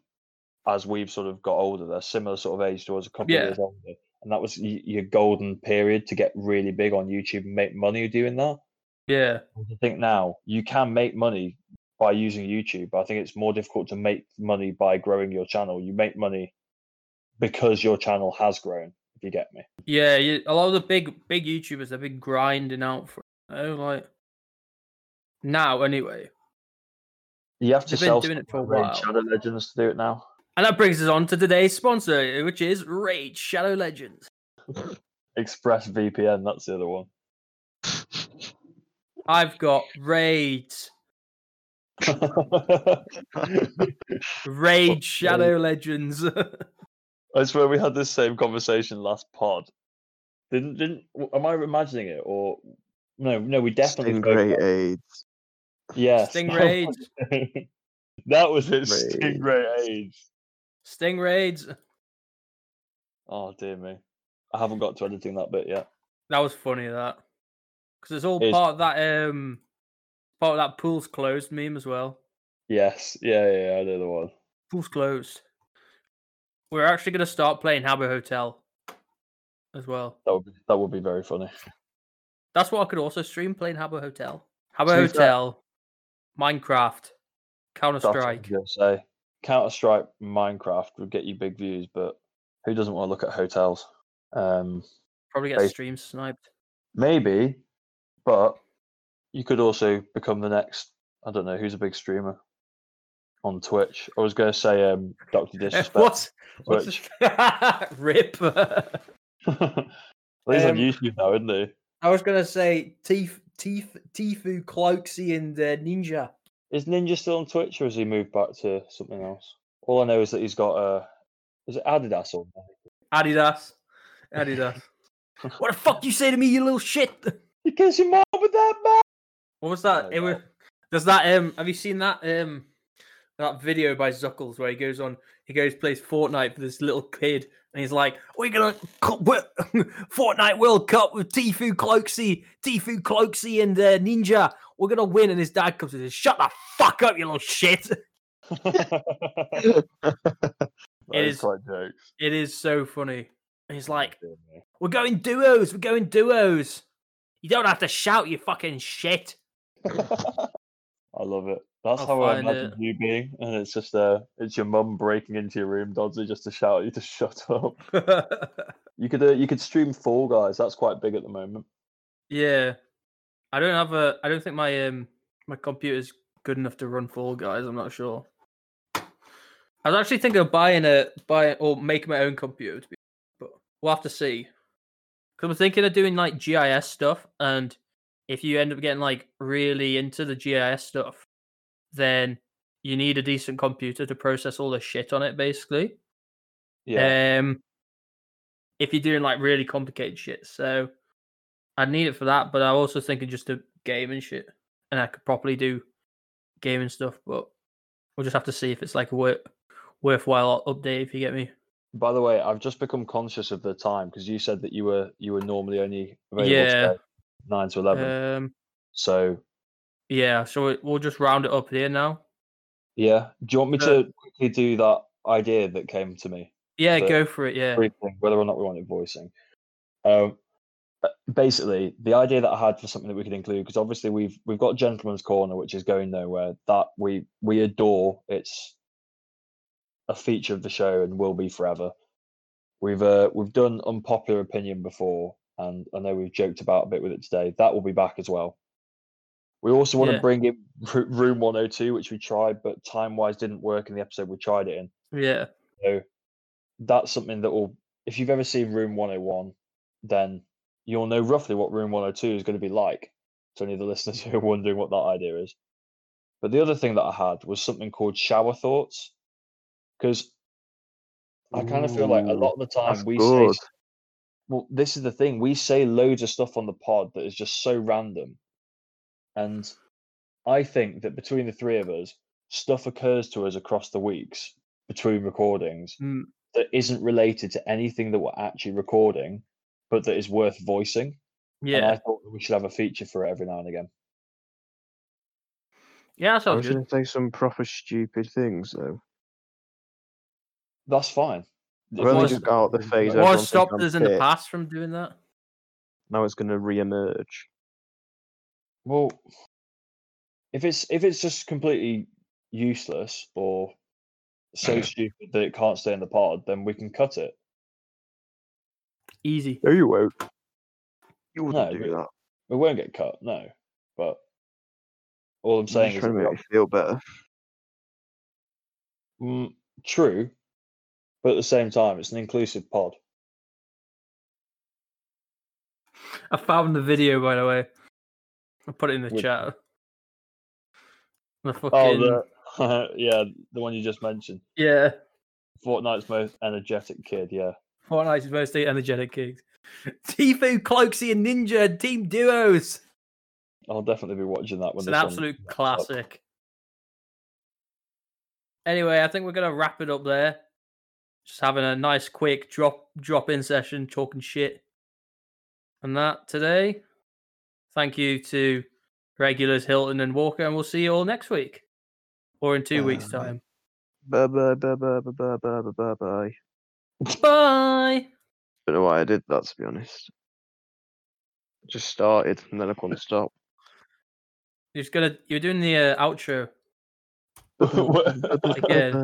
S2: as we've sort of got older. They're similar sort of age to us, a couple
S1: Yeah.
S2: of years older. And that was y- your golden period to get really big on YouTube and make money doing that.
S1: Yeah,
S2: I think now you can make money by using YouTube. but I think it's more difficult to make money by growing your channel. You make money because your channel has grown, if you get me.
S1: yeah. You, a lot of the big big YouTubers they've been grinding out for. You know, like now anyway.
S2: You have to
S1: They've been
S2: sell
S1: doing it for a
S2: Raid
S1: while.
S2: Shadow Legends to do it now.
S1: And that brings us on to today's sponsor, which is Raid Shadow Legends.
S2: Express VPN, that's the other one.
S1: I've got Raids, Raid Shadow Legends.
S2: I swear we had this same conversation last pod. Didn't didn't w- am I imagining it or no no we definitely spoke
S3: Stingray
S2: about-
S3: AIDS.
S2: yes
S1: Sting Raids,
S2: that was it
S3: Raids.
S2: Stingray AIDS.
S1: Sting Raids.
S2: Oh dear me. I haven't got to editing that bit yet.
S1: That was funny that. Because it's all
S2: It's-
S1: part of that um part of that pool's closed meme as well.
S2: Yes, yeah, yeah, yeah, I know the one.
S1: Pool's closed. We're actually gonna start playing Habbo Hotel as well.
S2: That would be, that would be very funny.
S1: That's what I could also stream playing Habbo Hotel. Habbo
S2: To be fair-
S1: Hotel, Minecraft, Counter Strike.
S2: Say Counter Strike, Minecraft would get you big views, but who doesn't want to look at hotels? Um,
S1: Probably get
S2: Basi-
S1: stream sniped.
S2: maybe, but you could also become the next. I don't know who's a big streamer on Twitch. I was going to say um, Doctor
S1: Eh,
S2: Disrespect.
S1: What?
S2: on
S1: What's
S2: Twitch.
S1: this- Rip. I
S2: Well, He's
S1: Um,
S2: on YouTube now, isn't he?
S1: was gonna say Teef, Teef, Tifu, Cloaksy, and uh, Ninja.
S2: Is Ninja still on Twitch, or has he moved back to something else? All I know is that he's got Uh, is it Adidas on? there?
S1: Adidas. Adidas. what the fuck you say to me, you little shit?
S2: You kiss your mom with that man.
S1: What was that?
S2: Oh,
S1: it was
S2: God.
S1: there's that um have you seen that um that video by Zuckles where he goes on he goes plays Fortnite for this little kid and he's like, We're gonna cu- wo- Fortnite World Cup with Tifu Cloaksy, Tifu Cloaksy and uh, Ninja. We're gonna win and his dad comes and says, Shut the fuck up, you little shit.
S2: That
S1: is-
S2: quite jokes.
S1: It is so funny. And he's like,
S2: Dear me.
S1: We're going duos. We're going duos. You don't have to shout, you fucking shit.
S2: I love it. That's
S1: I'll
S2: how I
S1: find
S2: imagine
S1: it.
S2: you being, and it's just uh, it's your mum breaking into your room, Dodsley, just to shout at you to shut up. You could uh, you could stream Fall Guys. That's quite big at the moment.
S1: yeah, I don't have a. I don't think my um my computer's good enough to run Fall Guys. I'm not sure. I was actually thinking of buying a buying or making my own computer, to be, but we'll have to see. Because I'm thinking of doing like GIS stuff, and if you end up getting like really into the GIS stuff, then you need a decent computer to process all the shit on it, basically.
S2: Yeah,
S1: Um, if you're doing like really complicated shit, so I need it for that. But I also thinking just to game and shit, and I could properly do gaming stuff. But we'll just have to see if it's like a worth worthwhile update. If you get me,
S2: By the way, I've just become conscious of the time because you said that you were you were normally only available
S1: Yeah.
S2: today, nine to eleven.
S1: um,
S2: so
S1: yeah. So we- we'll just round it up here now.
S2: yeah, do you want me
S1: uh,
S2: to quickly do that idea that came to me?
S1: Yeah,
S2: But-
S1: go for it. Yeah,
S2: briefing, whether or not we wanted voicing. Um, uh, basically, the idea that I had for something that we could include, because obviously we've we've got Gentleman's Corner, which is going nowhere. That we we adore. It's a feature of the show and will be forever. We've uh, we've done unpopular opinion before, and I know we've joked about a bit with it today. That will be back as well. We also want
S1: Yeah.
S2: to bring in Ru- Room 102, which we tried, but time wise didn't work in the episode we tried it in.
S1: yeah,
S2: So that's something that will, if you've ever seen Room 101, then you'll know roughly what Room 102 is going to be like. To any of the listeners who are wondering what that idea is. But the other thing that I had was something called shower thoughts, because I kind of feel like a
S3: Ooh,
S2: lot of the time
S3: that's
S2: we say,
S3: good.
S2: s- well, this is the thing we say loads of stuff on the pod that is just so random, and I think that between the three of us, stuff occurs to us across the weeks between recordings
S1: Mm.
S2: that isn't related to anything that we're actually recording, but that is worth voicing. And I
S1: yeah,
S2: thought that we should have a feature for it every now and again.
S1: yeah. That
S3: I
S1: sounds
S3: was
S1: good.
S3: going to say some proper stupid things though.
S2: That's fine.
S3: I've only
S1: was-
S3: just got out the phase.
S2: was
S3: everyone
S1: What
S3: thinks
S1: stopped
S3: I'm
S1: us in the
S3: fit,
S1: past from doing that?
S3: Now it's going to re-emerge.
S2: Well, if it's if it's just completely useless or so stupid that it can't stay in the pod, then we can cut it.
S1: Easy.
S3: No, you won't. You wouldn't
S2: No,
S3: do that.
S2: It won't get cut, no. But All I'm saying
S3: just
S2: is
S3: trying to
S2: that-
S3: make me feel better.
S2: Mm, true, but at the same time, it's an inclusive pod.
S1: I found the video by the way. I put it in the
S2: Which-
S1: chat. The fucking
S2: Oh, the, yeah, the one you just mentioned,
S1: yeah,
S2: Fortnite's most energetic kid. Yeah,
S1: Fortnite's most energetic gigs. Tifu, Cloaksy, and Ninja team duos.
S2: I'll definitely be watching that one.
S1: It's an
S2: this one-
S1: absolute classic. Anyway, I think we're gonna wrap it up there. Just having a nice quick drop drop in session, talking shit. And that today. Thank you to regulars Hilton and Walker, and we'll see you all next week. Or in two weeks'
S3: Alright.
S1: time.
S3: Bye bye bye bye bye bye bye bye bye bye.
S1: Bye.
S3: Don't know why I did that to be honest. I just started and then I couldn't stop.
S1: You're just gonna you're doing the uh, outro
S2: What-
S1: again.